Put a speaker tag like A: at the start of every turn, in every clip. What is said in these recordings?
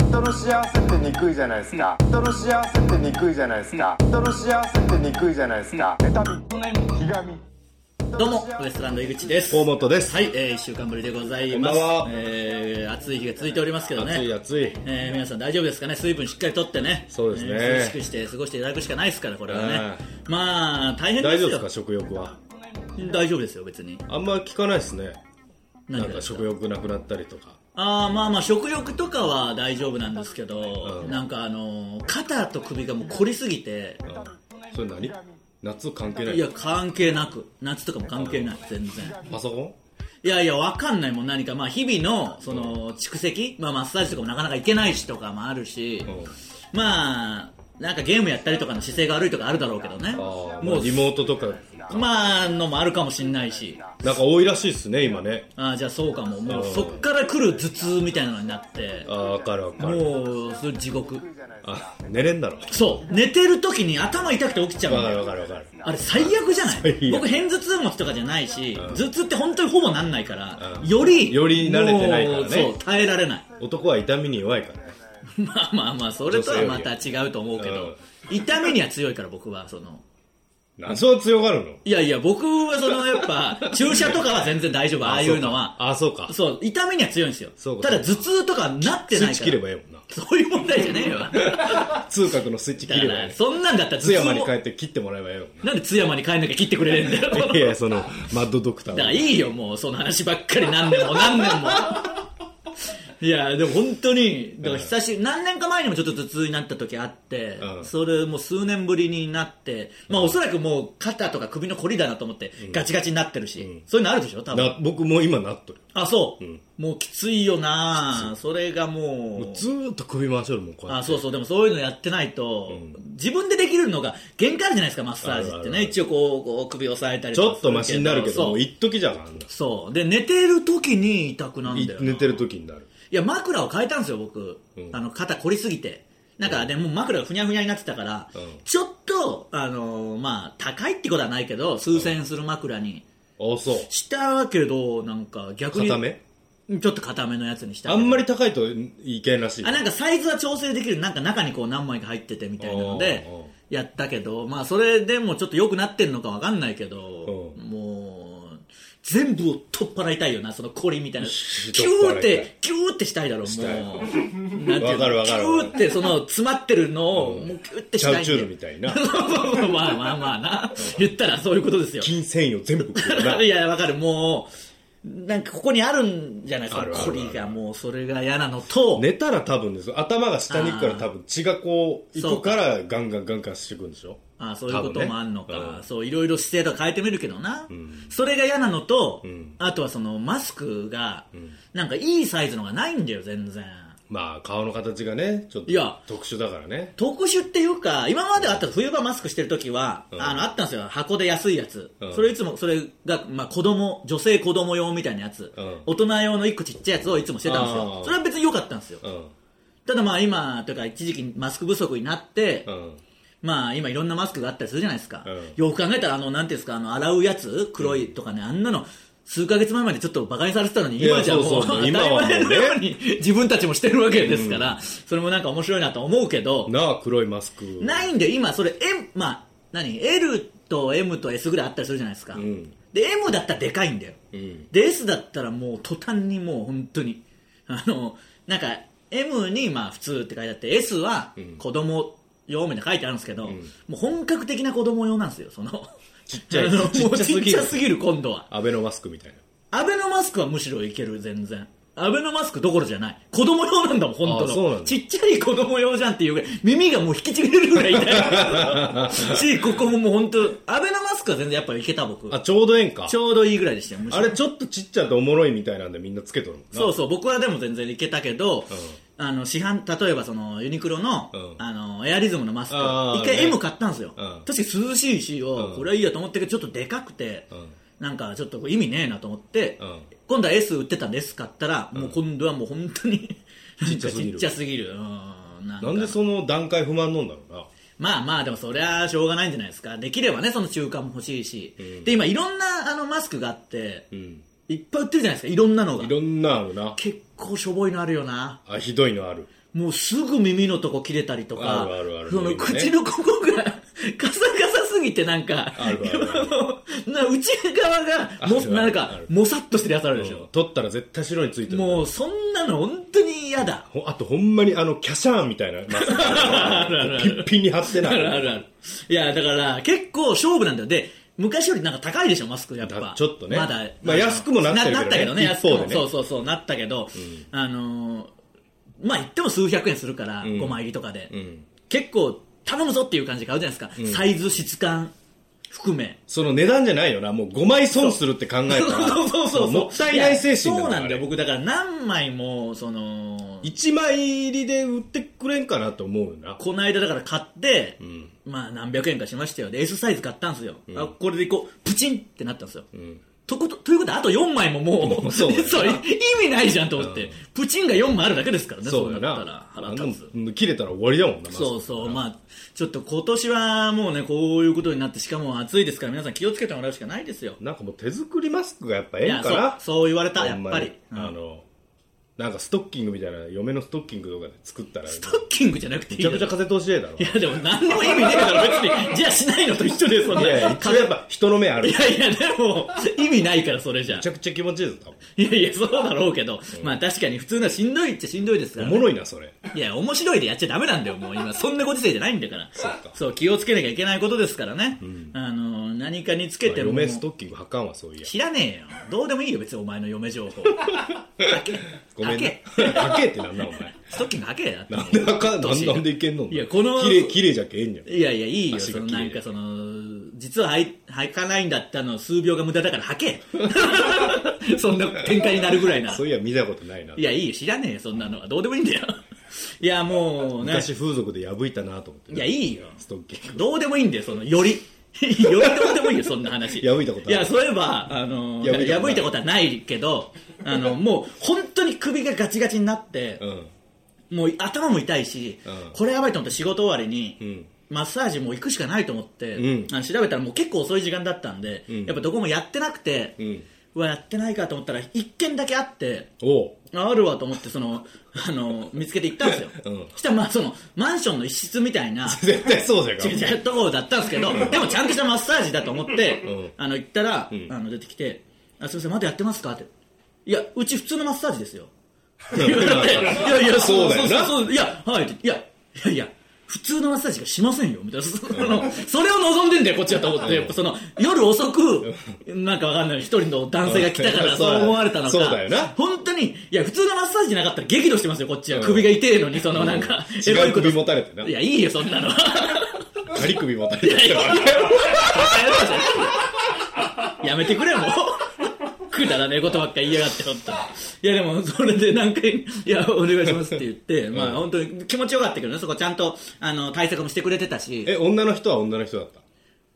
A: 人の幸せってにくいじゃないですか人の幸せってにくいじゃないですか人の幸せってにくいじゃないですか妬み悩みひがみ
B: どうもウエストランド井口です
C: 大本です
B: はい、えー、1週間ぶりでございます
C: こんばんは
B: えー暑い日が続いておりますけどね
C: 暑い暑い
B: えー皆さん大丈夫ですかね水分しっかりとってね
C: そうですね
B: えー涼しくして過ごしていただくしかないですからこれはね、
C: はい
B: まあ大変ですよ
C: 大丈夫ですか食欲は
B: 大丈夫ですよ別に
C: あんま聞かないですね
B: 何が
C: なん
B: で
C: か
B: す
C: 食欲なくなったりとか
B: ああまあまあ食欲とかは大丈夫なんですけど、
C: うん
B: なんかあのー肩と首がもう凝りすぎて、
C: あそれ何夏関係ない
B: いや関係なく夏とかも関係ない全然
C: パソコン
B: いやいやわかんないもん何かまあ日々のその蓄積、まあ、マッサージとかもなかなか行けないしとかもあるし、
C: うん
B: まあなんかゲームやったりとかの姿勢が悪いとかあるだろうけどね
C: ああ
B: も
C: も
B: う
C: うリモートとか
B: まあのもあるかもしんないし
C: なんか多いらしいですね今ね
B: あーじゃあそうかももう
C: うん
B: そっから来る頭痛みたいなのになって
C: ああ分かる分かる
B: もうそれ地獄
C: あ寝れんだろ
B: そう寝てる時に頭痛くて起きちゃうん
C: 分
B: だ
C: かる
B: よ
C: 分かる分かる
B: あれ最悪じゃな
C: 最
B: い
C: 悪
B: 僕偏頭痛持ちとかじゃないし、頭痛って本当にほぼなんないから、
C: うん
B: より
C: より慣れてないからね
B: もうそう耐えられない
C: 男は痛みに弱いからね
B: まあまあまあそれとはまた違うと思うけど、痛みには強いから僕はその
C: なんでそんな強がるの
B: いやいや僕はそのやっぱ注射とかは全然大丈夫ああいうのは
C: ああそうか
B: そう痛みには強いんですよ
C: そうか
B: ただ頭痛とかなって
C: スイ
B: な
C: ッ
B: い
C: チ
B: か
C: 切れ
B: ら
C: ばええもんな
B: そういう問題じゃねえよ
C: 通覚のスイッチ切
B: だ
C: れ
B: か
C: ばえ
B: ら
C: え
B: そんなんだったら頭
C: 津
B: 痛
C: 山に
B: も
C: 帰って切ってもらえばええもん
B: なんで津山に帰んなきゃ切ってくれねえんだよ
C: ないやいやそのマッドドクター
B: だからい
C: はい
B: よもうその話ばっかり何年 も何年もいやでも本当にだから久し、何年か前にもちょっと頭痛になった時あって、
C: うん
B: それもう数年ぶりになって、まあ、おそらくもう肩とか首のこりだなと思ってガチガチになってるし、そういうのあるでしょ多分
C: な僕もう今なっとる
B: あそう、もうきついよなそれがもう
C: もうずーっと首回しとるもんこうや
B: あ
C: って
B: そうそうでもそういうのやってないと、自分でできるのが限界あるじゃないですかマッサージってね
C: あるあるある
B: 一応こうこう首押さえたり
C: ちょっとマシになるけ
B: そう
C: どもう一時じゃんあんな
B: そうで寝てる時に痛くなるんだよな
C: 寝てる時になる
B: いや枕を変えたんですよ僕、
C: うん
B: あの肩凝りすぎてなんか、でもう枕がふにゃふにゃになってたから、
C: うん
B: ちょっとあのーまあ高いってことはないけど数千円する枕に
C: あそう
B: したけどなんか逆に
C: 固め
B: ちょっと固めのやつにした
C: あんまり高いといけんらしい
B: あなんかサイズは調整できるなんか中にこう何枚か入っててみたいなので
C: おうおう
B: やったけどまあそれでもちょっと良くなってんのかわかんないけど
C: おう
B: もう全部を取っ払いたいよなそのコリみたいなキ
C: 取っ払い
B: ュー
C: たい
B: ってキューってしたいだろもう
C: たい
B: なんていう
C: わかる
B: の
C: わ
B: キ
C: かる
B: ューってその詰まってるのを
C: うん
B: もうキューってし
C: チ
B: たいんだよ
C: ャウチュールみたいな
B: まあまあまあな言ったらそういうことです よ
C: 筋繊維を全部食う よない
B: やわかるもうなんかここにあるんじゃないです
C: ある
B: か
C: あるあ
B: コ
C: る
B: リがもうそれが嫌なのと
C: 寝たら多分です頭が下に行くから多分血がこう行くからガンガンガンガンしていくんでしょ
B: ああそういうこともあんのか、
C: 多分ねうん
B: そういろいろ姿勢とか変えてみるけどな、それが嫌なのと、
C: ん
B: あとはそのマスクが、なんかいいサイズのがないんだよ全然
C: まあ顔の形がねちょっと
B: いや
C: 特殊だからね
B: 特殊っていうか今まであった冬場マスクしてる時は、
C: ん
B: あのあったんですよ箱で安いやつ、
C: うん
B: それいつもそれが、まあ、子供女性子供用みたいなやつ、
C: うん
B: 大人用の1個ちっちゃいやつをいつもしてたんです
C: あ
B: よ
C: あ
B: それは別に良かったんですよ、
C: うん
B: ただまあ今というか一時期マスク不足になって、
C: うん
B: まあ今いろんなマスクがあったりするじゃないですか、
C: うん
B: よく考えたらあのなんていうんですかあの洗うやつ黒いとかね、あんなの数ヶ月前までちょっとバカにされてたのに
C: いや
B: 今じゃもう
C: そうそうもう
B: 当
C: 今はもう
B: た
C: ね
B: り前のように自分たちもしてるわけですから、それもなんか面白いなと思うけど、
C: なあ黒いマスク
B: ないんで今それ M まあ何 L と M と S ぐらいあったりするじゃないですか、
C: ん
B: で M だったらでかいんだよ、
C: うん
B: で S だったらもう途端にもう本当にあのなんか M にまあ普通って書いてあって S は子供用みたいな書いてあるんですけど、もう本格的な子供用なんですよそのちっ
C: ちゃい
B: もう
C: ちっちゃす
B: ち
C: ぎ
B: っ
C: る
B: ちゃすぎる今度は
C: アベノマスクみたいな
B: アベノマスクはむしろいける全然アベノマスクどころじゃない子供用なんだもん本当
C: あそうな
B: の
C: んだ
B: ちっちゃい子供用じゃんっていうぐらい耳がもう引きちぎれるぐらい痛 いしここももう本当アベノマスクは全然やっぱいけた僕
C: あちょうどええんか
B: ちょうどいいぐらいでしたよむしろ
C: あれちょっとちっちゃいとおもろいみたいなんでみんなつけとるもんな
B: そうそう僕はでも全然いけたけど、あの市販例えばそのユニクロの,、
C: うん
B: あのエアリズムのマスク
C: あー
B: 一回
C: ね
B: M 買ったんですよ、
C: うん
B: 確かに涼しいし、お
C: うん
B: これはいいやと思ったけどちょっとでかくて、
C: ん
B: なんかちょっと意味ねえなと思って、
C: うん
B: 今度は S 売ってたんで S 買ったら、もう今度はもう本当 になんかちっちゃすぎるうんなんか
C: なんでその段階不満なんだろうな
B: まあまあでもそりゃしょうがないんじゃないですかできればねその中間も欲しいし、
C: ん
B: で今いろんなあのマスクがあって、
C: ん
B: いっぱい売ってるじゃないですかいろんなのが
C: いろんなあるな
B: 結構しょぼいのあるよな
C: あひどいのある
B: もうすぐ耳のとこ切れたりとか、
C: あるあるある
B: その
C: 耳のね
B: 口のここがカサカサすぎてなんか、
C: あるあるある
B: あの な内側がも
C: あるある
B: なんか
C: ある
B: もさっとしてるやつあるでしょ。
C: 取ったら絶対白についてる
B: もうそんなの本当に嫌だ。
C: ほあとほんまにあのキャシャーンみた いなマスクピッピンに貼ってない
B: るある。いや、だから結構勝負なんだよ。で、昔よりなんか高いでしょ、マスクやっぱ
C: だ。ちょっとね
B: まだ。
C: まあ安くもなってるけどね
B: ったけどね、
C: 一
B: 安く
C: 方でね
B: も。そうそうそう、なったけど、あのー、まあ言っても数百円するから、5枚入りとかで。
C: ん
B: 結構頼むぞっていう感じで買うじゃないですか。サイズ、質感含め。
C: その値段じゃないよなもう5枚損するって考えたら
B: そうそうそうそう。
C: もったいない精神
B: やそうなんだよ、
C: 僕
B: 僕。だから何枚も、その、
C: 1枚入りで売ってくれんかなと思うよな
B: この間だから買って、
C: ん
B: まあ何百円かしましたよで S サイズ買ったんですよ、あこれでこうプチンってなったんですよ、とことということはあと4枚ももう、
C: うん そうだ よな
B: れ意味ないじゃんと思って、プチンが4枚あるだけですからね
C: そう
B: な
C: や
B: った
C: な
B: ら腹立つ
C: あんなの切れたら終わりだもんなマスク
B: そうそうまあちょっと今年はもうねこういうことになってしかも暑いですから皆さん気をつけてもらうしかないですよ
C: なんかもう手作りマスクがやっぱえ
B: い
C: えん
B: や
C: か
B: そ
C: な
B: うそう言われた
C: ほ
B: やっ
C: ん
B: ぱ
C: まに
B: り、うん
C: あのなんかストッキングみたいな嫁のストッキングとかで作ったらめ
B: ストッキングじゃなくていい
C: ちゃくちゃ
B: だろ
C: 風通しええだろ
B: いやでも何でも意味ねえだろ別にじゃあしないのと一緒ですよ
C: いやいや一応やっぱ人の目ある
B: い
C: め
B: やいや、でも、意味ないから、それじゃ
C: ち。ゃくちゃ気持ちいいぞ多分
B: いやいや、そうだろうけど、まあ確かに普通のはしんどいっちゃしんどいですから、
C: おも
B: ね。
C: ろいなそれ
B: いや、面白いでやっちゃダメなんだよ、もう今。そんなご時世じゃないんだから。そう
C: か
B: 気をつけなきゃいけないことですからね。あの、何かにつけても。
C: 嫁ストッキングはかんわそういや
B: 知らねえよ。どうでもいいよ、別にお前の嫁情 報。
C: ごめんねはけってなんだお前
B: ストッキング履けよ、だって
C: なんであかんなん
B: 年が
C: なんでいけんのお前
B: いやこの
C: 綺麗綺麗じゃけえんじゃん
B: いやいや、いいよ、
C: 足
B: そ
C: が
B: の
C: 綺麗
B: なんかその、実ははい履かないんだったの、数秒が無駄だから履 けそんな展開になるぐらいな。
C: そういや見たことないない
B: や、いいよ、知らねえよ、そんなのは。どうでもいいんだよ。いや、もうね、
C: 昔風俗で破いたなと思って
B: いやいいよ
C: ストッキング
B: どうでもいいんだよ、その、より。よ りどうでもいいよ、そんな話。
C: 破いたことある
B: や、そういえば、あの、
C: 破いたことない
B: 破いたことはないけど、あの、もう、本当に首がガチガチになって
C: う、ん
B: もう頭も痛いし、
C: うん
B: これやばいと思って仕事終わりに、
C: うん
B: マッサージも行くしかないと思って、
C: うん
B: あの調べたらもう結構遅い時間だったんで、
C: うん
B: やっぱどこもやってなくて、
C: うん
B: うわやってないかと思ったら1軒だけあって
C: おう
B: ああるわと思ってそのあの見つけて行ったんですよ、
C: うん
B: そしたらまあそのマンションの一室みたいな
C: 絶対そうじゃん
B: 違う違うところだったんですけどでもちゃんとしたマッサージだと思って、
C: うん
B: あの行ったら、
C: ん
B: あの出てきて「あすみませんまだやってますか?」って「いやうち普通のマッサージですよ」って言われて「いやいや
C: そうだよな
B: そうそうそういやはい」って「いやいやいや普通のマッサージがしませんよ」みたいなそのそれを望んでんだよこっちはと思ってやっぱその夜遅くなんかわかんない一人の男性が来たから
C: うん
B: そう思われたのか
C: そうだよな
B: 本当にいや普通のマッサージじゃなかったら激怒してますよこっちは首が痛えのにそのなんか
C: 違う
B: エロいこと
C: 首持たれてない
B: やいいよそん なの
C: 仮首持たれてる
B: やめてくれよもうくだらねえことばっか言いやがって本当にいやでもそれで何回「いやお願いします」って言って、まあ本当に気持ちよかったけどねそこちゃんとあの対策もしてくれてたし
C: え女の人は女の人だった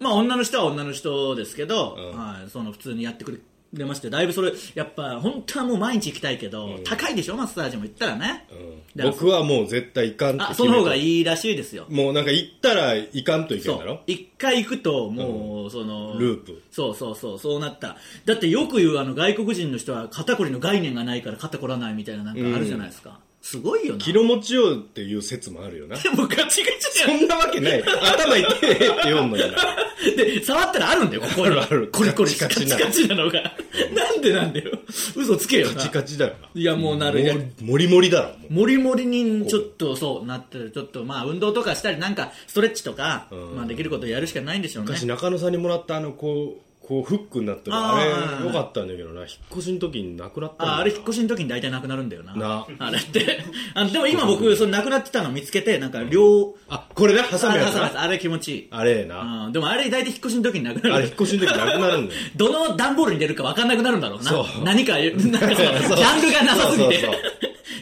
B: まあ女の人は女の人ですけど、
C: うん
B: はい、その普通にやってくれましてだいぶそれやっぱ本当はもう毎日行きたいけど、高いでしょマッサージも行ったらね、だから
C: 僕はもう絶対いかんって
B: あ
C: 決
B: そ
C: め
B: の
C: た
B: 方がいいらしいですよ
C: もうなんか行ったらいかんといけん
B: そ
C: だろ
B: う一回行くともう、その
C: ループ
B: そうそうそうそうなっただってよく言うあの外国人の人は肩こりの概念がないから肩こらないみたいななんかあるじゃないですか、すごいよな
C: 気の持ちようっていう説もあるよ な
B: で もガチガチだ
C: そ
B: よ
C: んなわけない頭痛えって読んのにな
B: で触ったらあるんだよここに
C: あるある
B: コリコリ
C: カ
B: カチ
C: チカチな
B: カチなのがなんでなんだよ嘘つけよ
C: カ
B: な
C: チカチだよない
B: やもうなるいや
C: もりもりだろもう
B: もりもりにちょっとそうなってるちょっとまあ運動とかしたりなんかストレッチとか、
C: ん
B: まあ、できることやるしかないんでしょうね
C: 昔中野さんにもらったあのこうこうフックになってる
B: あ
C: あ
B: ー
C: れよかったんだけどな引っ越しの時になくなったんだ
B: あ
C: よ
B: あれ引っ越しの時に大体なくなるんだよな
C: な
B: あれって あのでも今僕そのなくなってたの見つけてなんか両
C: あこれなハ
B: あ
C: サミやつ
B: 挟むやつ
C: な
B: あれ気持ちいい
C: あれな
B: うんでもあれ大体引っ越しの時になく
C: あ
B: な
C: れ引っ
B: る
C: 越しの時なくなるんだよ
B: どの段ボールに出るか分かんなくなるんだろうな
C: そう
B: 何かなんかそのジ
C: そう
B: ャンルがなさすぎて
C: そうそうそ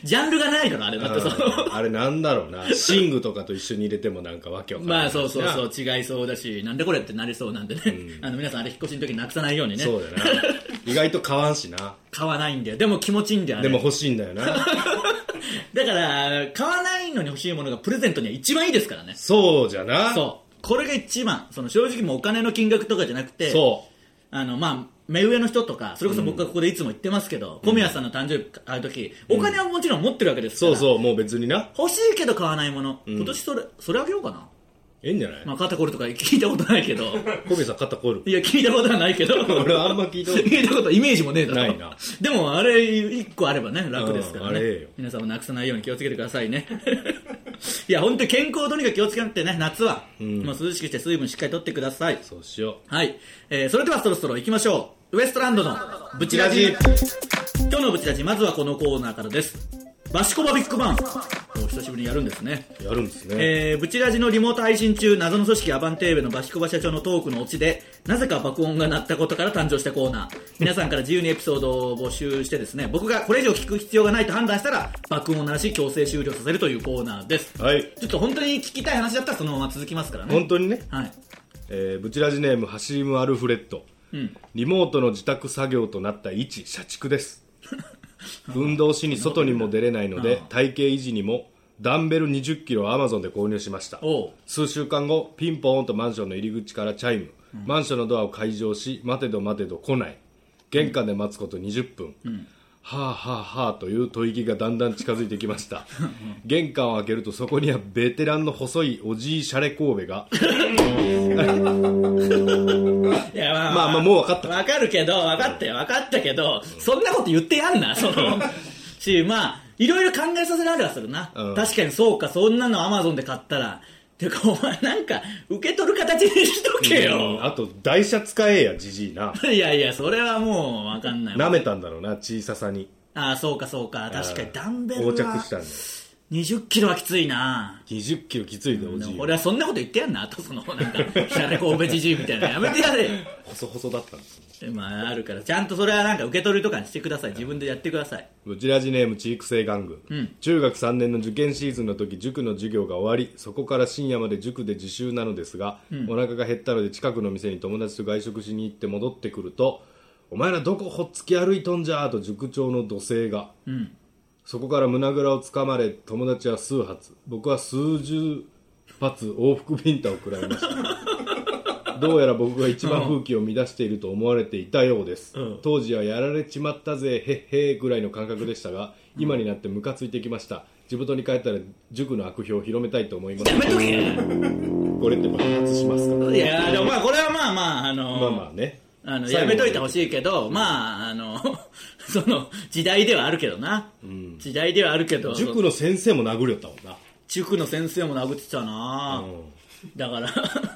B: ジャンルがないからあれだってその
C: うんあれなんだろうな寝具とかと一緒に入れてもなんかわけわかんない
B: まあそうそう
C: な
B: そう違いそうだしなんでこれってなりそうなんでね、あの皆さんあれ引っ越しの時になくさないようにね
C: そうだな 意外と買わんしな
B: 買わないんだよでも気持ちいいんだよあれ
C: でも欲しいんだよな
B: だから買わないのに欲しいものがプレゼントには一番いいですからね
C: そうじゃな
B: そうこれが一番その正直もうお金の金額とかじゃなくて
C: そ
B: あのまあ目上の人とかそれこそ僕がここでいつも言ってますけど、小宮さんの誕生日会う時お金はもちろん持ってるわけですから、
C: そうそう、もう別にな。
B: 欲しいけど買わないもの、今年それそれあげようかな、
C: ええんじゃない
B: まあ、肩こるとか聞いたことないけ ど
C: 小宮さん肩こる。
B: いや聞いたことはないけど
C: 俺あんま聞いたことない
B: 聞いたことイメージもねえだろ
C: ないな
B: でもあれ一個あればね楽ですから
C: うんあれええ
B: ね
C: よ
B: 皆さんもなくさないように気をつけてくださいね いや本当に健康をとにかく気をつけなくてね夏は、もう涼しくして水分しっかりとってください
C: そうしよ
B: はい、えーそれではそろそろ行きましょうウエストランドのブチラジ今日のブチラジまずはこのコーナーからですバシコバビッグバンお久しぶりにやるんですね
C: う。やるんですね。
B: えー、ブチラジのリモート配信中謎の組織アバンテーベのバシコバ社長のトークのオチでなぜか爆音が鳴ったことから誕生したコーナー皆さんから自由にエピソードを募集してですね僕がこれ以上聞く必要がないと判断したら爆音を鳴らし強制終了させるというコーナーです
C: はい。
B: ちょっと本当に聞きたい話だったらそのまま続きますからね
C: 本当にね、
B: はい
C: えー、ブチラジネーム、ハシーム・アルフレッド。リモートの自宅作業となった一社畜です。運動しに外にも出れないので
B: あ、
C: 体型維持にも、ダンベル20キロをアマゾンで購入しました。
B: おう
C: 数週間後ピンポーンとマンションの入り口からチャイム、マンションのドアを開錠し待てど待てど来ない玄関で待つこと20分、はあはあはあという吐息がだんだん近づいてきました玄関を開けるとそこにはベテランの細いおじいシャレ神戸が
B: いやまあ
C: まあまあもう分かった
B: わかるけど、わかったよ、わかったけど、そんなこと言ってやんな、そ の。し、まあ、いろいろ考えさせられはするな。
C: うん
B: 確かにそうか、そんなのアマゾンで買ったら。てか、お前なんか、受け取る形にしとけ
C: うん
B: よ。
C: あと台車使えやじじいない
B: やいや、それはもう、わかんないわ。
C: 舐めたんだろうな小ささに
B: ああ、そうかそうか。確かに、ダンベル
C: 横着
B: は
C: したんだよ
B: 20キロはきついな。
C: 20キロきついでおじい
B: 俺はそんなこと言ってやんな、あとその、なんか、シャレ神戸じじいみたいな。やめてやれよ。
C: 細細だったんですよ
B: まあ、あるから、ちゃんとそれはなんか受け取りとかにしてください。自分でやってください。
C: ブチラジネーム知育性玩具、中学3年の受験シーズンの時塾の授業が終わりそこから深夜まで塾で自習なのですが、お腹が減ったので近くの店に友達と外食しに行って戻ってくると「お前らどこほっつき歩いとんじゃー」と塾長の怒声が、そこから胸ぐらをつかまれ友達は数発僕は数十発往復ビンタを食らいました どうやら僕が一番風紀を乱していると思われていたようです、
B: うん
C: 当時はやられちまったぜへっへーぐらいの感覚でしたが今になってムカついてきました地元に帰ったら塾の悪評を広めたいと思います
B: やめとけ
C: これって爆発しますか
B: いやでもまあこれはまあまああの、
C: まあまあね
B: あの
C: 最後
B: や
C: まで
B: めといてほしいけど、まああの その時代ではあるけどな、時代ではあるけど
C: 塾の先生も殴りよったもんな
B: 塾の先生も殴ってたな、
C: うん
B: だから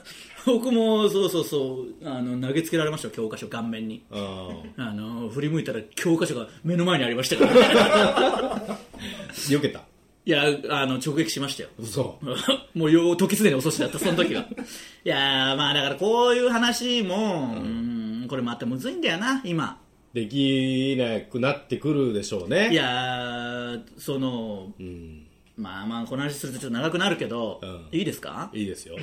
B: 僕もそうそうそうあの投げつけられましたよ教科書顔面に
C: あ
B: あの振り向いたら教科書が目の前にありましたから、 ね、
C: ーよけた
B: いやあの直撃しましたよ
C: 嘘
B: もうよう時すでに遅しだったその時はいやーまあだからこういう話も、うんこれまたむずいんだよな今
C: できなくなってくるでしょうね
B: いやーその
C: うん
B: まあまあこの話するとちょっと長くなるけど、
C: うん
B: いいですか
C: いいですよ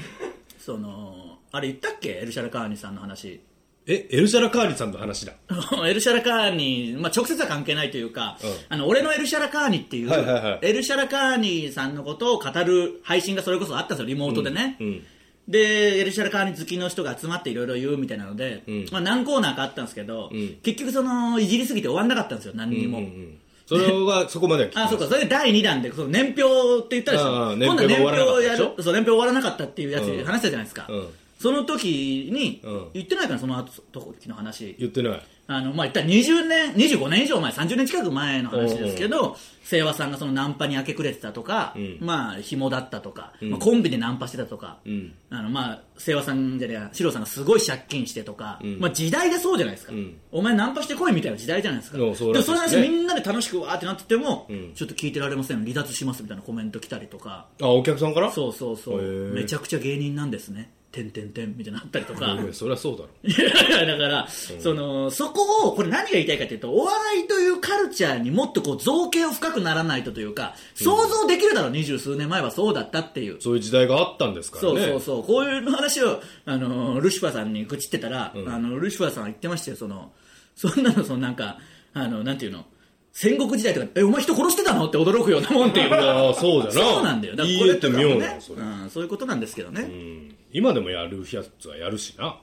B: そのあれ言ったっけエルシャラカーニさんの話
C: えエルシャラカーリさんの話だ
B: エルシャラカーニ、まあ、直接は関係ないというか、
C: うん
B: あの俺のエルシャラカーニっていう、
C: はいはいはい
B: エルシャラカーニさんのことを語る配信がそれこそあったんですよリモートでね、
C: うん
B: でエルシャラカーニ好きの人が集まっていろいろ言うみたいなので、
C: ん
B: まあ、何コーナーかあったんですけど、
C: ん
B: 結局そのいじりすぎて終わんなかったんですよ何にも、
C: うんうんそれはそこまでは聞きま
B: あ、
C: し
B: そう
C: た
B: か、それで第2弾で、その年表って言ったでし
C: ああ
B: ょ。
C: 年
B: 今度
C: 表が
B: 年表をやる、
C: 終わらなかったでしょ
B: そう、年表終わらなかったっていうやつ
C: う
B: 話
C: ん
B: したじゃないですか
C: うん。
B: その時に
C: うん、
B: 言ってないから、その後、時の話。
C: 言ってない
B: あの、まあ、言ったら20年、25年以上前、30年近く前の話ですけど、清和さんがそのナンパに明け暮れてたとか
C: ん、
B: まあ、紐だったとか、まあコンビでナンパしてたとか
C: ん、
B: あの、まあ、清和さんじゃねえや、四郎さんがすごい借金してとか、まあ、時代がそうじゃないですか
C: ん。
B: お前ナンパしてこいみたいな時代じゃないですか。で
C: うん
B: も
C: そ
B: そうの
C: らしいですね
B: 話みんなで楽しくわーってなってても、
C: ん
B: ちょっと聞いてられません離脱しますみたいなコメント来たりとか
C: あお客さんから
B: そうそうそう
C: へー
B: めちゃくちゃ芸人なんですねてんてんてんみたいなのあったりと か
C: いやそりゃそうだろ
B: いやいやだから、そのそこをこれ何が言いたいかというとお笑いというカルチャーにもっとこう造形を深くならないとというか想像できるだろう二十、数年前はそうだったっていう
C: そういう時代があったんですから
B: そう
C: ね
B: そうそう、こういう話をあのルシファーさんに愚痴ってたら、あのルシファーさんは言ってましたよ、そのそんなのそのなんかあのなんていうの戦国時代とかえお前人殺してたのって驚くようなもんっていう
C: ああ そうじゃな
B: そうなんだよだから
C: い
B: こ
C: い
B: れ
C: えって
B: とか
C: 妙
B: も
C: なの
B: ね
C: それ、
B: うん、そういうことなんですけどね、
C: うん今でもやるやつはやるしな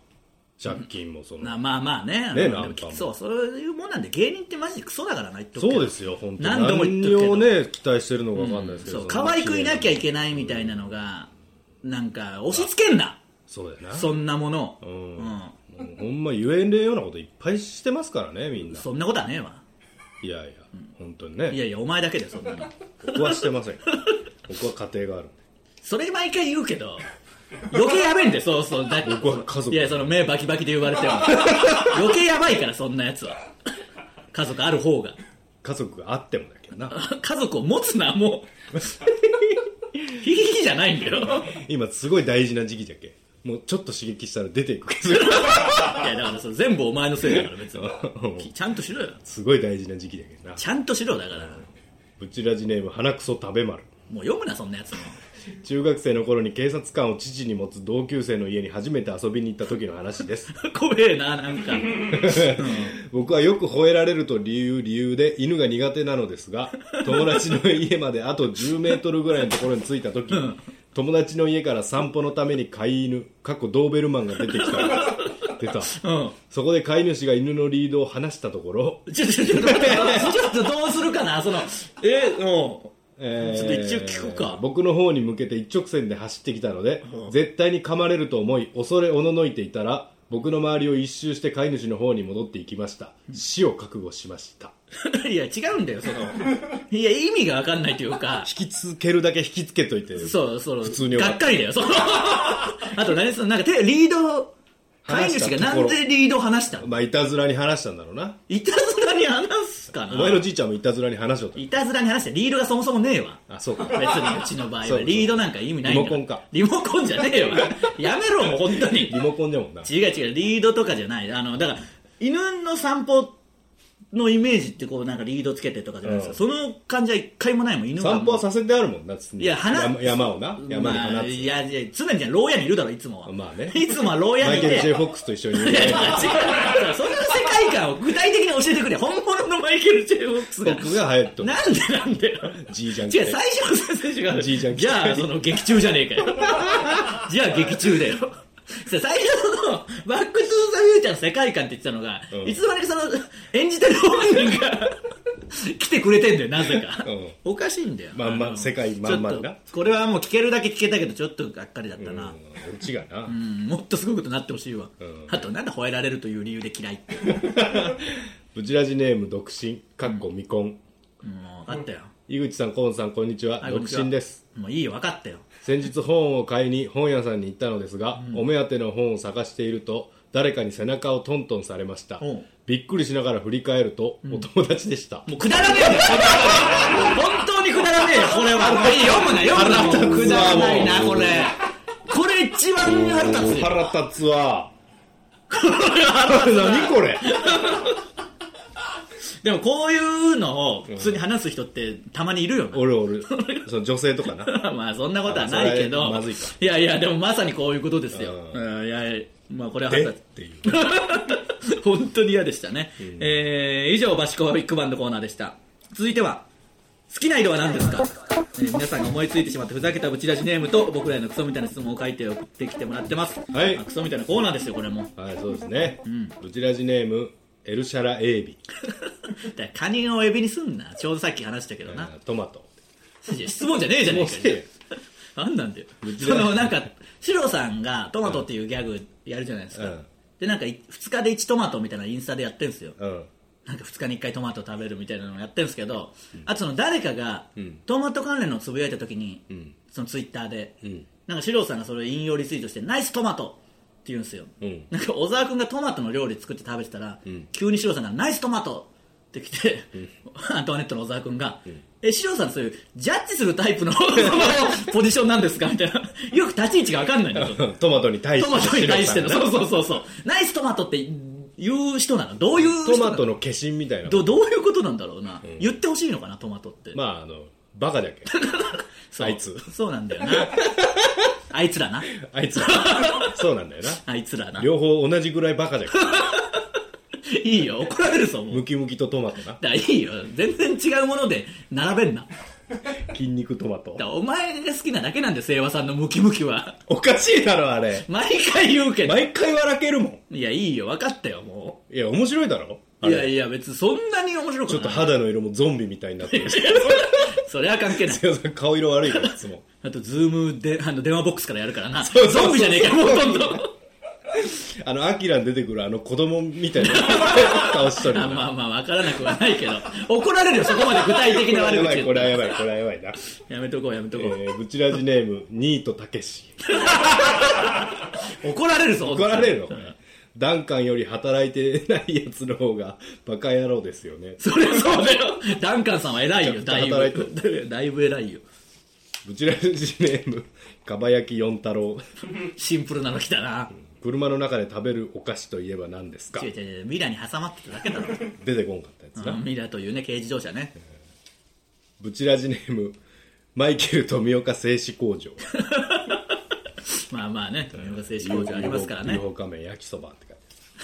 C: 借金もその、
B: なまあまあね
C: ね
B: あの
C: なんかもう
B: そうそういうもんなんで芸人ってマジでクソだからないとくけ
C: そ
B: ど
C: うですよ本当
B: 何度も言っとくけど
C: 何をね期待してるのか分かんないですけど、
B: そう可愛くいなき
C: ゃ
B: ゃいけないみたいなのがなんか押し付けんな
C: そうだよな
B: そんなもの
C: う
B: を
C: ん、
B: うん
C: もうほんま言えんねえようなこといっぱいしてますからねみんな
B: そんなことはねえわ
C: いやいや本当にね
B: いやいやお前だけでそんなの
C: 僕はして ません僕は家庭があるんで
B: それ毎回言うけど余計やべえんでそうそうだって
C: 僕は家族
B: いやその目バキバキで言われ ても余計やばいからそんなやつは家族ある方が
C: 家族があってもだけどな
B: 家族を持つなも うヒヒヒじゃないんだよい
C: 今すごい大事な時期じゃけもうちょっと刺激したら出ていくけど
B: やだからそれ全部お前のせいだから別に
C: う ん
B: きちゃんとしろよ
C: すごい大事な時期だけどな
B: ちゃんとしろだから
C: ブチラジネーム花くそ食べ丸
B: もう読むなそんなやつも
C: 中学生の頃に警察官を父に持つ同級生の家に初めて遊びに行った時の話です
B: 怖えななんか
C: 僕はよく吠えられると理由理由で犬が苦手なのですが友達の家まであと1 0メートルぐらいのところに着いた時友達の家から散歩のために飼い犬かっこドーベルマンが出てきたのです出た
B: うん
C: そこで飼い主が犬のリードを離したところ、
B: ちょちょちょちょっとどうするかなそのえうん
C: え
B: ちょっと一応聞くか
C: 僕の方に向けて一直線で走ってきたので、絶対に噛まれると思い恐れおののいていたら僕の周りを一周して飼い主の方に戻っていきました死を覚悟しました
B: いや違うんだよそのいや意味が分かんないというか
C: 引きつけるだけ引きつけといて
B: そうそう
C: 普通に
B: がっかりだよそのあと何そのなんか手リードを飼い
C: 話した
B: 主
C: とこ
B: が
C: ろ
B: なんでリードを離したの
C: まあいたずらに話したんだろうない
B: たずらに話すか
C: お前の
B: な
C: じいちゃんもいたずらに話しようと
B: いたずらに話してリードがそもそもねえわ
C: あそうか
B: 別にうちの場合
C: そう
B: は
C: そう
B: リードなんか意味ないんだ
C: リモコンか
B: リモコンじゃねえわやめろもう本当に
C: リモコンじ ゃもんな
B: 違う違うリードとかじゃないあのだから犬の散歩のイメージってこうなんかリードつけてとかじゃないですか、その感じは一回もないもん犬がもう
C: 散歩はさせてあるもんな常に
B: いや花
C: 山山をな山に
B: ま
C: 放
B: あ、
C: つ
B: いやいや常にじゃん牢屋にいるだろいつもは
C: まあね
B: いつもは牢屋
C: マ
B: に
C: イ
B: い
C: ケ
B: て
C: ル・ジェイ・フォックスと一緒に
B: いや違う違うその世界観を具体的に教えてくれ本物のマイケル・ジェイ・フォックスが
C: 僕が流行ってる
B: なんでなんだよ
C: じいちゃん
B: 違う最初の先生が
C: じいちゃん来て
B: じゃあその劇中じゃねえか よじゃあ劇中だよさ最初の「バック・トゥ・ザ・フューチャー」の世界観って言ってたのが、
C: うん
B: いつの間にかその演じてる本人が 来てくれてんだよなぜか、
C: うん
B: おかしいんだよ
C: まんま
B: あの
C: 世界まんまにな
B: ちょっとこれはもう聞けるだけ聞けたけどちょっとがっかりだったな、
C: うんうちがな、
B: うんもっとすごいことになってほしいわ、
C: ん
B: あとなんで吠えられるという理由で嫌いって
C: ブチラジネーム独身かっこ未婚
B: もう分かったよ、
C: 井口さん河野さんこんにちは、
B: はいこん
C: 独
B: にちは
C: 身です
B: もういいよ分かったよ
C: 先日本を買いに本屋さんに行ったのですが、お目当ての本を探していると誰かに背中をトントンされました
B: おう
C: びっくりしながら振り返ると、お友達でした
B: もうくだらねえよ本当にくだらねえよこれはもういい読むな読むなもうくだらないなこれこれ一番腹立つよ
C: 腹立つ わ何これ
B: でもこういうのを普通に話す人ってたまにいるよな
C: 俺俺その女性とかな
B: まあそんなことはないけ
C: あそ
B: ど
C: れまずいか
B: いやいやでもまさにこういうことですよ
C: う
B: うんいやまあこれは
C: え
B: 腹
C: っ
B: 立つ
C: てい う
B: 本当に嫌でしたね、えー以上バシコビッグバンドコーナーでした続いては好きな色は何ですか、えー皆さんが思いついてしまったふざけたブチラジネームと僕らへのクソみたいな質問を書いて送ってきてもらってます、
C: はい
B: まあクソみたいなコーナーですよこれも
C: はいそうですね、ブチラジネームエルシャラエービ
B: だから他人をエビにすんなちょうどさっき話したけどな、
C: トマト
B: いや質問じゃねえじゃね
C: も
B: え
C: う
B: か
C: せえよ
B: なんなんだよ
C: ち
B: そ
C: ら
B: のなんかシロさんがトマトっていうギャグやるじゃないですか、
C: うん
B: でなんか2日で1トマトみたいなインスタでやってるんですよ、
C: うん
B: なんか2日に1回トマト食べるみたいなのをやってるんですけど、あとその誰かがトマト関連のつぶやいた時に、そのツイッターで、
C: ん
B: なんか四郎さんがそれを引用リツイートして「ナイストマト!」って言うんですよ、
C: うん
B: なんか小沢君がトマトの料理作って食べてたら、急に四郎さんが「ナイストマト!」って来て、アントワネットの小沢君が「え四郎さんそういうジャッジするタイプの そのポジションなんですか?」みたいなよく立ち位置が分かんないんだよ
C: トマトに対して
B: トマトに対しての
C: シロ
B: そ
C: さん
B: うそうそうそうナイストマトって言う人なのどういう人
C: ト
B: なの
C: マトの化身みたいな
B: どどういうことなんだろうな、言ってほしいのかなトマトって、
C: まああのバカだけ
B: そう
C: あいつ
B: そうなんだ よなあいつらな
C: あいつそうなんだよな
B: あいつら な
C: 両方同じぐらいバカじゃん
B: いいよ怒られるぞもう
C: ムキムキとトマトな
B: だからいいよ全然違うもので並べんな
C: 筋肉トマト
B: だからお前が好きなだけなんだよ、清和さんのムキムキ は。
C: おかしいだろあれ
B: 毎回言うけど。
C: 毎回笑けるも
B: いや、いいよ、分かったよ、も
C: んいや面白いだろ
B: う。
C: あ
B: い
C: れ
B: やいや、別にそんなに面白くない。
C: ちょっと肌の色もゾンビみたいになってるし
B: それは関係 ない。
C: 強さん顔色悪いからいつも
B: あと、ズームで、あの、電話ボックスからやるからな。
C: そうそう そう
B: ゾンビじゃねえか、もうほとんど。
C: あのアキラに出てくるあの子供みたいな顔しとる
B: あまあまあ、わからなくはないけど。怒られるよ、そこまで具体的な悪
C: やば
B: 口
C: い
B: 言
C: こ
B: っ
C: れ
B: た
C: は
B: ら
C: やばいこれはやばいな、
B: やめとこう、やめと
C: え
B: こう。
C: ー、ブチラジネームニートたけし
B: 怒られるぞ、
C: 怒られるのダンカンより働いてないやつの方がバカ野郎ですよね
B: それそうだよ。ダンカンさんは偉いよ、
C: ちゃ
B: だ
C: ん
B: い
C: と働い
B: ぶ。だいぶ偉いよ。
C: ブチラジネームかばやき四太郎
B: シンプルなの来たな。
C: 車の中で食べるお菓子といえば何ですか
B: 違う違う違う、ミラに挟まってただけだろ。
C: 出てこんかったやつな、
B: うんミラというね、軽自動車ね。
C: ブチラジネームマイケル富岡製紙工場
B: まあまあね、富岡製紙工場ありますからね
C: UFO。仮面焼きそばって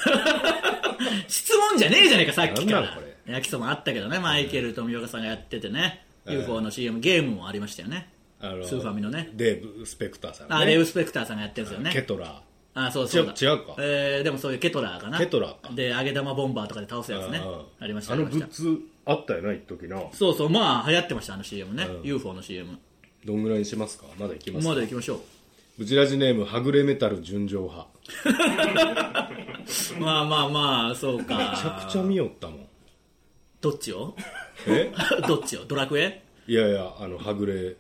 C: 書いてあ
B: 質問じゃねえじゃねえか、さっきか
C: なんな
B: ら
C: のこ。
B: 焼きそばあったけどね、マイケル富岡さんがやっててね。UFO の CM、ゲームもありましたよね。
C: るあの
B: スーファミのね。
C: デーブ・スペクターさん、ね、
B: あ、レウ・スペクターさんがやってるんですよね。
C: ケトラ
B: あそうそうだ
C: 違う違うか
B: えーでもそういうケトラーかな
C: ケトラーか
B: で揚げ玉ボンバーとかで倒すやつね
C: うん
B: ありました
C: あの
B: りま
C: グ
B: した
C: ッズあったよな一時な
B: そうそうまあ流行ってましたあの CM ね、UFO の CM
C: どんぐらいにしますかまだいきます
B: ま
C: か
B: だ行きましょ
C: ブチラジネームはぐれメタル純情派め
B: うまあまあまあそう
C: ち ゃ
B: か
C: くちゃ見よったもん
B: どっちを
C: え
B: どっちをドラクエ
C: いやいやあのはぐれ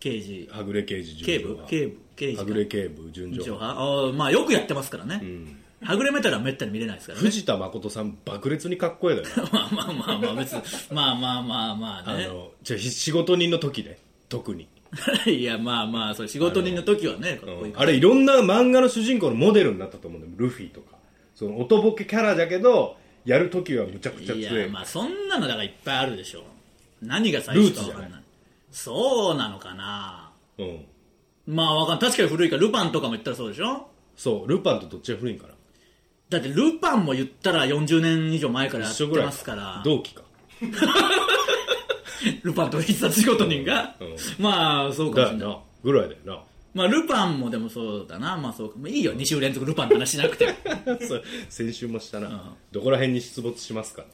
B: 刑事
C: はぐれ刑事
B: 警
C: 純情
B: 部
C: 派
B: 警部刑事
C: はぐれ警部純情
B: 上
C: 派
B: 派あーまあよくやってますからね、はぐれメタルはめったに見れないですから ね
C: 藤田誠さん爆裂にかっこええだよな
B: まあまあまあまあ別にまあまあまあま あ
C: あ
B: ね
C: のじゃあひ仕事人の時ね特に
B: いやまあまあそれ仕事人の時はねかっこいい
C: あれいろんな漫画の主人公のモデルになったと思うんだよルフィとかその音ボケキャラだけどやる時はむちゃくちゃ
B: い
C: 強い
B: やまあそんなのだからいっぱいあるでしょ何が最初か分か
C: ルーツ
B: ん
C: じゃ
B: な
C: ない
B: そうなのかな
C: うん、
B: まあわかん確かに古いからルパンとかも言ったらそうでしょ
C: そうルパンとどっちが古いんかな
B: だってルパンも言ったら40年以上前からやっ
C: 一
B: て
C: 緒ぐらい
B: ますから
C: 同期か
B: ルパンと必殺仕事人が、
C: うんうん
B: まあそうかもしれ
C: だよ
B: ない
C: なぐらいだよ
B: まあルパンもでもそうだなまあそうかもういいよ2週連続ルパンの話しなくて
C: なそう先週もしたな、どこら辺に出没しますか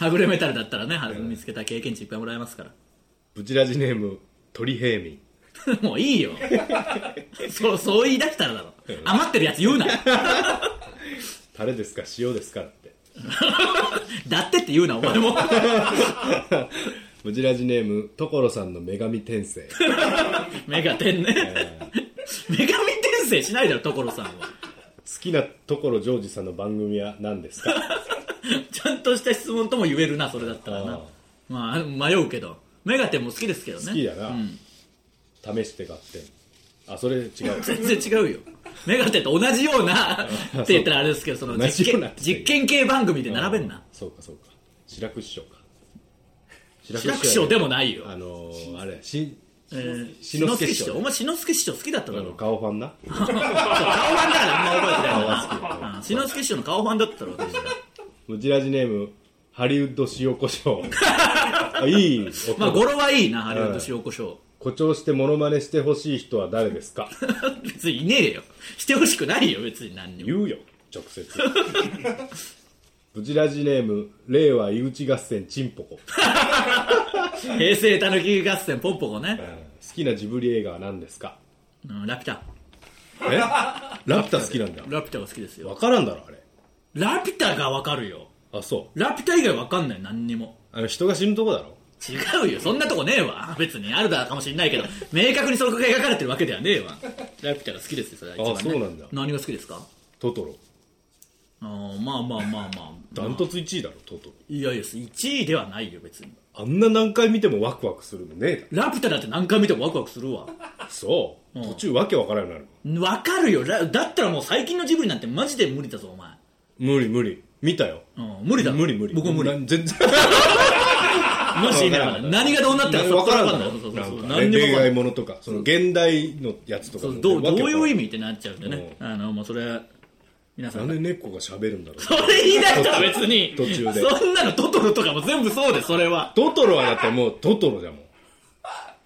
B: はぐれメタルだったらねは見つけた経験値いっぱいもらえますから
C: ブチラジネーム鳥平民
B: もういいよそうそう言い出したらだろ余ってるやつ言うな
C: タレですか塩ですかって
B: だってって言うな、お前 も。
C: ブチラジネーム所さんの女神転生
B: メガテンね。女神転生しないだろ、所さんは。
C: 好きな所ジョージさんの番組は何ですか
B: ちゃんとした質問とも言えるな、それだったらな
C: あ。
B: まあ、迷うけど。メガテンも好きですけどね。
C: 好きだな、試して買ってあそれ違う
B: 全然違うよ。メガテンと同じような、って言ったらあれですけど、その
C: 同じ
B: 実
C: ような
B: 験、実験系番組で並べんな。
C: そうかそうか白く師匠か白
B: 志らく師匠でもないよ。
C: あのー、あれし
B: えー
C: 志の輔師匠
B: 志のお前、しのすけ師匠好きだっただ
C: あ
B: ろ。
C: の顔ファンな
B: そう顔ファンだからあんま覚えてない
C: 顔は好きだ
B: よなうん。しのすけ師匠の顔ファンだったろ、私。
C: ムジラジネームハリウッド塩コシ ョウあいい音
B: まあ、語呂はいいな、ハリウッド塩胡椒。
C: 誇張してモノマネしてほしい人は誰ですか
B: 別にいねえよしてほしくないよ別に何にも
C: 言うよ直接ブチラジネーム令和井口合戦チンポコ、
B: 平成たぬき合戦ポンポコね、
C: 好きなジブリ映画は何ですか
B: うん、ラピュタ
C: えラピュタ好きなんだ
B: ラピュタが好きですよ
C: 分からんだろあれ
B: ラピュタがわかるよ
C: あそう
B: ラピュタ以外わかんない何にも
C: あの人が死ぬとこだろ
B: 違うよそんなとこねえわ別にあるだかもしんないけど明確にそこが描かれてるわけではねえわラピュタが好きですよそれは一番、ね、
C: あそうなんだ
B: 何が好きですか
C: トトロ
B: あーまあまあまあまあ
C: ダントツ1位だろトトロ
B: いやいや1位ではないよ別に
C: あんな何回見てもワクワクするのねえだ
B: ラピュタだって何回見てもワクワクするわ
C: ろそう、途中わけわからんようになる
B: わかるよラだったらもう最近のジブリなんてマジで無理だぞお前
C: 無理無理見たよ
B: うん無理だろ
C: 無理無理
B: 僕も無理
C: な全然
B: マジでな何がどうなったか
C: 分からんだ
B: そ
C: ろ
B: うそう
C: なん
B: そう
C: か
B: 何にも分
C: 恋
B: かんな
C: 愛
B: い
C: ものとかその現代のやつとか
B: そ
C: も
B: うどう
C: わけ
B: ど
C: わ
B: う
C: か
B: い
C: らん
B: う意味ってなっちゃうんでねあのもうそれは皆さ
C: なんん
B: が
C: で猫が喋るんだろう
B: それ言い出したら別に
C: 途中で
B: そんなのトトロとかも全部そうですそれは
C: トトロはだってもうトトロだもん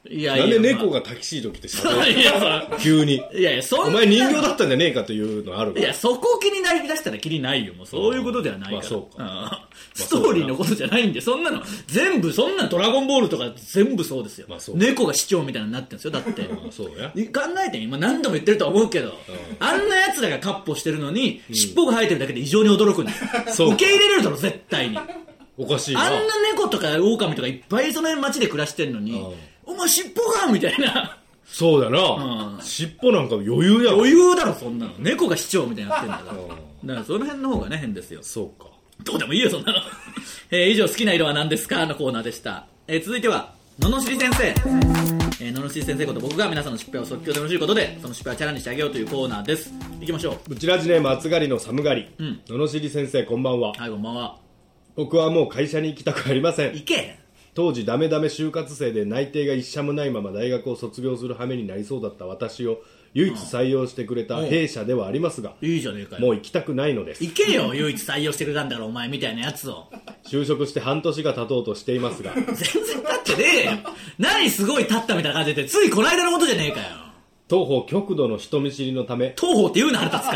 B: いやいや
C: なんで猫
B: が
C: がタキシード着て喋る
B: いやそ
C: 急に
B: ういやいやそんな
C: お前人形だったんじゃねえかというのあるか
B: い
C: ら
B: や、そこを気になりだしたらきりないよ。もうそういうことではないから。
C: まあそうか
B: んストーリーのことじゃないんで、そんなの、全部、そんなドラゴンボールとか全部そうですよ。
C: まあそう
B: 猫が市長みたいになってるんですよ、だって。
C: あそうや
B: 考えてみ、今何度も言ってるとは思うけど、あんな奴らがカッポしてるのに、尻尾が生えてるだけで異常に驚くんだよ。
C: そう
B: 受け入れれるだろ、絶対に。
C: おかしいな
B: あんな猫とか狼とかいっぱいその辺街で暮らしてるのに、お前尻尾がみたいな。
C: そうだな、
B: うん
C: 尻尾なんか余裕やろ
B: 余裕だろ、そんなの。猫が市長みたいになってんだから。だからその辺の方がね、変ですよ。
C: そうか
B: どうでもいいよ、そんなの。 えー以上、好きな色は何ですかのコーナーでした。えー続いては、ののしり先生。えー、ののしり先生こと僕が皆さんの失敗を即興で楽しいことで、その失敗をチャラにしてあげようというコーナーです。行きましょう。
C: ブチラジネーム暑がりの寒がり、
B: ん
C: ののしり先生こんばんは
B: はい、こんばんは。
C: 僕はもう会社に行きたくありません
B: 行け
C: 当時ダメダメ就活生で内定が一社もないまま大学を卒業する羽目になりそうだった私を唯一採用してくれた弊社ではありますが、
B: いいじゃねえか
C: も
B: よ。
C: う行きたくないのです
B: 行けよ、唯一採用してくれたんだから、お前みたいなやつを。
C: 就職して半年が経とうとしていますが
B: 全然立ってねえよ。何すごい立ったみたいな感じで、ついこの間のことじゃねえかよ。
C: 当方極度の人見知りのため
B: 東方って言うな、腹立つ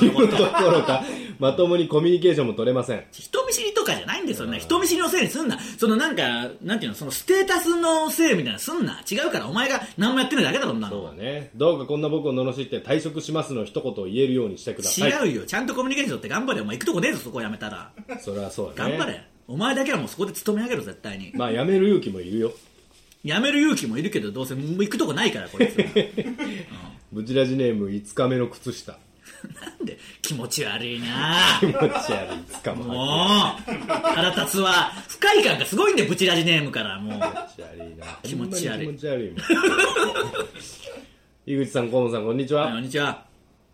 B: から。
C: 馴染むどころかまともにコミュニケーションも取れません
B: 人見知りとかじゃないんですよね。人見知りのせいにすんな。そのなんか、なんていうの、そのステータスのせいみたいなすんな。違うから、お前が何もやってないだけだろ、そんな
C: そうだ
B: の。
C: ねどうかこんな僕を罵って退職しますの一言を言えるようにしてください
B: 違うよ。ちゃんとコミュニケーション取って頑張れよ。お前行くとこねえぞ、そこやめたら。
C: それはそうだね
B: 頑張れ。お前だけはもうそこで勤め上げろ、絶対に。
C: まあ辞める勇気もいるよ
B: やめる勇気もいるけど、どうせもう行くとこないから、こいつら。
C: ブチラジネーム5日目の靴下
B: なんで、気持ち悪いな
C: 気持ち悪い5日も
B: もう、
C: 履
B: 腹立つわ。不快感がすごいんで、ブチラジネームから、もう。
C: き
B: 気持ち悪い
C: 気持ち悪い気持ち悪いもん井口さん河野さんこんにちは、
B: こんにちは。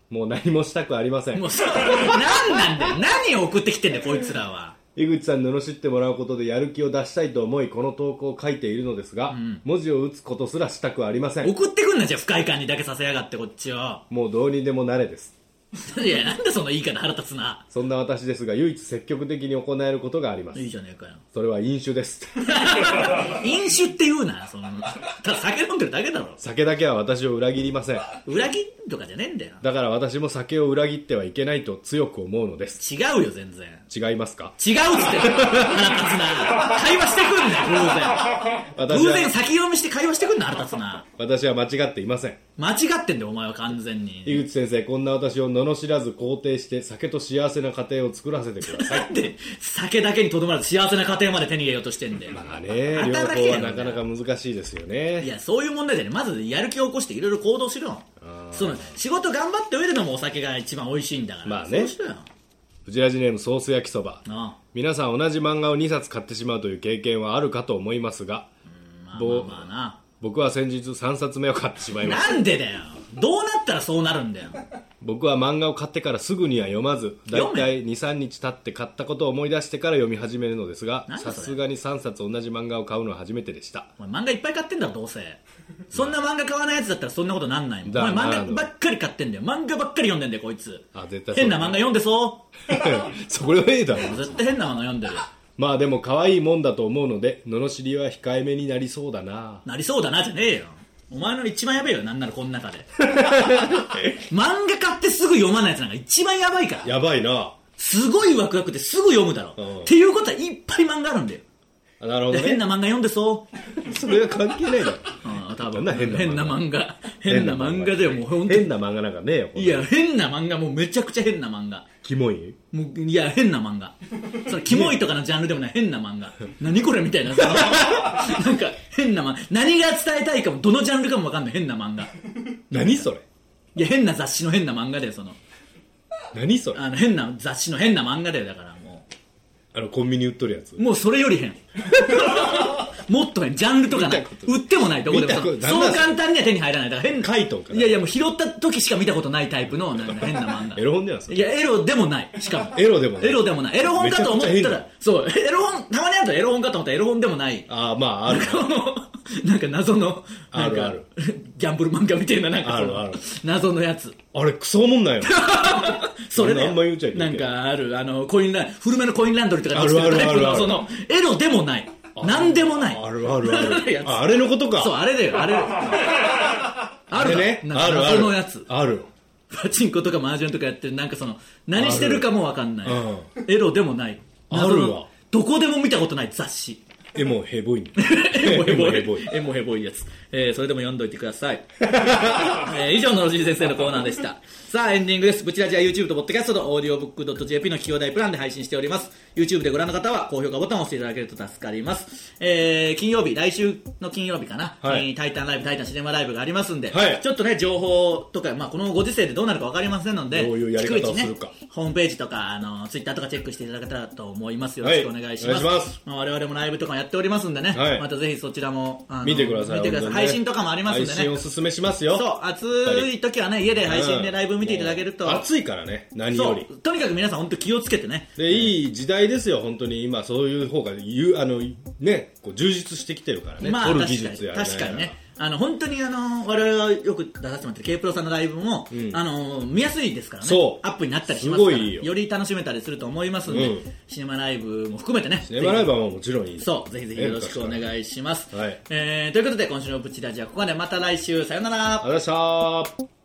C: もう何もしたくありません
B: もう、そう何なんだよ。何を送ってきてんだよ、こいつらは。
C: 井口さんに罵ってもらうことでやる気を出したいと思いこの投稿を書いているのですが、文字を打つことすらしたくありません
B: 送ってくんなじゃあ不快感にだけさせやがってこっちを
C: もうどうにでもなれです
B: いやなんでその言い方腹立つな
C: そんな私ですが唯一積極的に行えることがあります
B: いいじゃねえかよ
C: それは飲酒です
B: 飲酒って言うなそのただ酒飲んでるだけだろ
C: 酒だけは私を裏切りません
B: 裏切りとかじゃねえんだよ
C: だから私も酒を裏切ってはいけないと強く思うのです
B: 違うよ全然
C: 違いますか
B: 違うっつってんの腹立つな会話してくんな偶
C: 私
B: 然偶然
C: は
B: 先読みして会話してくんな腹立つな
C: 私は間違っていません
B: 間違ってんだよお前は完全に
C: 井口先生こんな私を罵らず肯定して酒と幸せな家庭を作らせてください
B: なんで酒だけにとどまらず幸せな家庭まで手に入れようとしてんだよ
C: まあね両
B: 働け
C: 方
B: よ
C: はなかなか難しいですよ
B: い
C: ね
B: や、そういう問題じゃない。まず、やる気を起こしていろいろ行動しろよ。その、仕事頑張って上でのもお酒が一番美味しいんだから。
C: まあね
B: そうしろよ。
C: 藤ラジネームソース焼きそば
B: あ
C: 皆さん同じ漫画を2冊買ってしまうという経験はあるかと思いますが
B: あまあま
C: ぼ
B: あまあな。
C: 僕は先日3冊目を買ってしまいました
B: なんでだよ。どうなったらそうなるんだよ。
C: 僕は漫画を買ってからすぐには読まずだい
B: 読め
C: たい23日経って買ったことを思い出してから読み始めるのですが
B: なん
C: さ
B: だそれ
C: すがに3冊同じ漫画を買うのは初めてでした
B: お前漫画いっぱい買ってんだろ、ど うせ。そんな漫画買わないやつだったらそんなことなんないもん。お
C: だ
B: 前
C: なるほ
B: 漫
C: ど
B: 画ばっかり買ってんだよ。漫画ばっかり読んでんだよ、こいつ。
C: あ絶対そう
B: 変な漫画読んでそ
C: それはいいだろ
B: う。絶対変な漫画読んでる よ。
C: まあでも可愛いもんだと思うので罵りは控えめになりそうだな
B: なりそうだなじゃねえよお前の一番やべえよなんならこの中で漫画買ってすぐ読まないやつなんか一番やばいから
C: やばいな
B: すごいワクワクですぐ読むだろ、
C: うん
B: っていうことはいっぱい漫画あるんだよ
C: あなるほど
B: で変な
C: ね
B: 漫画読んでそう、
C: それは関係ないだろ
B: うん、多
C: どん
B: 分
C: な変な
B: 漫
C: 漫画
B: 画変な漫画だよもう本当に
C: 変な漫画なんかねえよ
B: いや変な漫画もうめちゃくちゃ変な漫画
C: キモい
B: もういや変な漫画それキモいとかのジャンルでもない変な漫画何これみたいなそ のなんか変な漫画何が伝えたいかもどのジャンルかも分かんない変な漫画
C: 何それ
B: いや、変な雑誌の変な漫画だよ、その。
C: 何それ
B: あの、変な雑誌の変な漫画だよ、だからも
C: あのコンビニ売っとるやつ
B: う。もうそれより変。 もっと変。ジャンルとかな
C: 見
B: い
C: たこ。と
B: 売ってもない、どこで
C: 見たこ
B: も。
C: と
B: そう簡単には手に入らない。だから変。
C: カイトかない
B: やいや、もう拾った時しか見たことないタイプの、なんか変な漫画。
C: エロ本じゃないですか
B: いや、エロでもない。しかも。
C: エロでもない
B: エロでもない。エロ本かと思っ
C: めち
B: た
C: ゃくちゃ変
B: ら、そう、エロ本、たまにあるとエロ本かと思ったらエロ本でもない。
C: ああまあある
B: このなんか謎の、なんか
C: ある、
B: ギャンブル漫画みたいな、なんかその
C: あるある
B: 謎のやつ。
C: あれクソおもんないよ
B: それ
C: あんな
B: で
C: あんま言うちゃいけ
B: な
C: ない
B: んかあるあのコインラン古めのコインランドリーとかで
C: あるあるあるある
B: そのエロでもない何でもない
C: あるあるあ
B: やつ
C: るああれのことか
B: そうあれだよあ れあ
C: あ
B: る
C: れ
B: だ
C: ね
B: なんか
C: あるあ
B: 謎
C: る
B: のやつ
C: ある
B: パチンコとか麻雀とかやってるなんかその何してるかもわかんない、
C: ある
B: エロでもない
C: あるわ
B: 謎のどこでも見たことない雑誌
C: エモヘボいね
B: エモヘボ
C: エボ
B: いエモヘボいやつ、えーそれでも読んどいてくださ い、えー以上の野尻先生のコーナーでしたさあエンディングですブチラジは YouTube と Podcast と audiobook.jp の企業大プランで配信しております YouTube でご覧の方は高評価ボタンを押していただけると助かります、えー金曜日来週の金曜日かな、
C: はい
B: えータイタンライブタイタンシネマライブがありますんで、
C: はい
B: ちょっとね情報とか、まあ、このご時世でどうなるかわかりませんので
C: どういうやり方をするか
B: 逐一ねホームページとかあのツイッターとかチェックしていただけたらと思いますよろ
C: は
B: し
C: い
B: くお願いします,、
C: お願いします
B: まあ、我々もライブとかやっておりますんでね、
C: はい
B: またぜひそちらもあの
C: 見てください
B: 見てください
C: 本当にね
B: 配信とかもありますんで
C: 配信お
B: ね
C: すすめしますよ
B: そう暑い時はね家で配信でライブ見ていただけると、
C: うん暑いからね何
B: そ
C: より
B: うとにかく皆さん本当気をつけてね
C: でいい時代ですよ、本当に今、そういう方がゆあの、ね、こう充実してきてるからね、
B: まあ
C: 撮る
B: 確
C: 技
B: かに
C: 術やら
B: 確かにねあの本当にあの我々がよく出させてもらってる K プロさんのライブも、あの見やすいですからね
C: そう
B: アップになったりしますから
C: すごいいいよ
B: より楽しめたりすると思いますんで、
C: うん
B: シネマライブも含めてね
C: シネマライブはもちろんいい、
B: そう、ぜひぜひよろしくお願
C: い
B: い
C: し
B: します。
C: はい
B: えーということで、今週のプチラジはここまで。また来週、さよなら
C: ありがとうございました。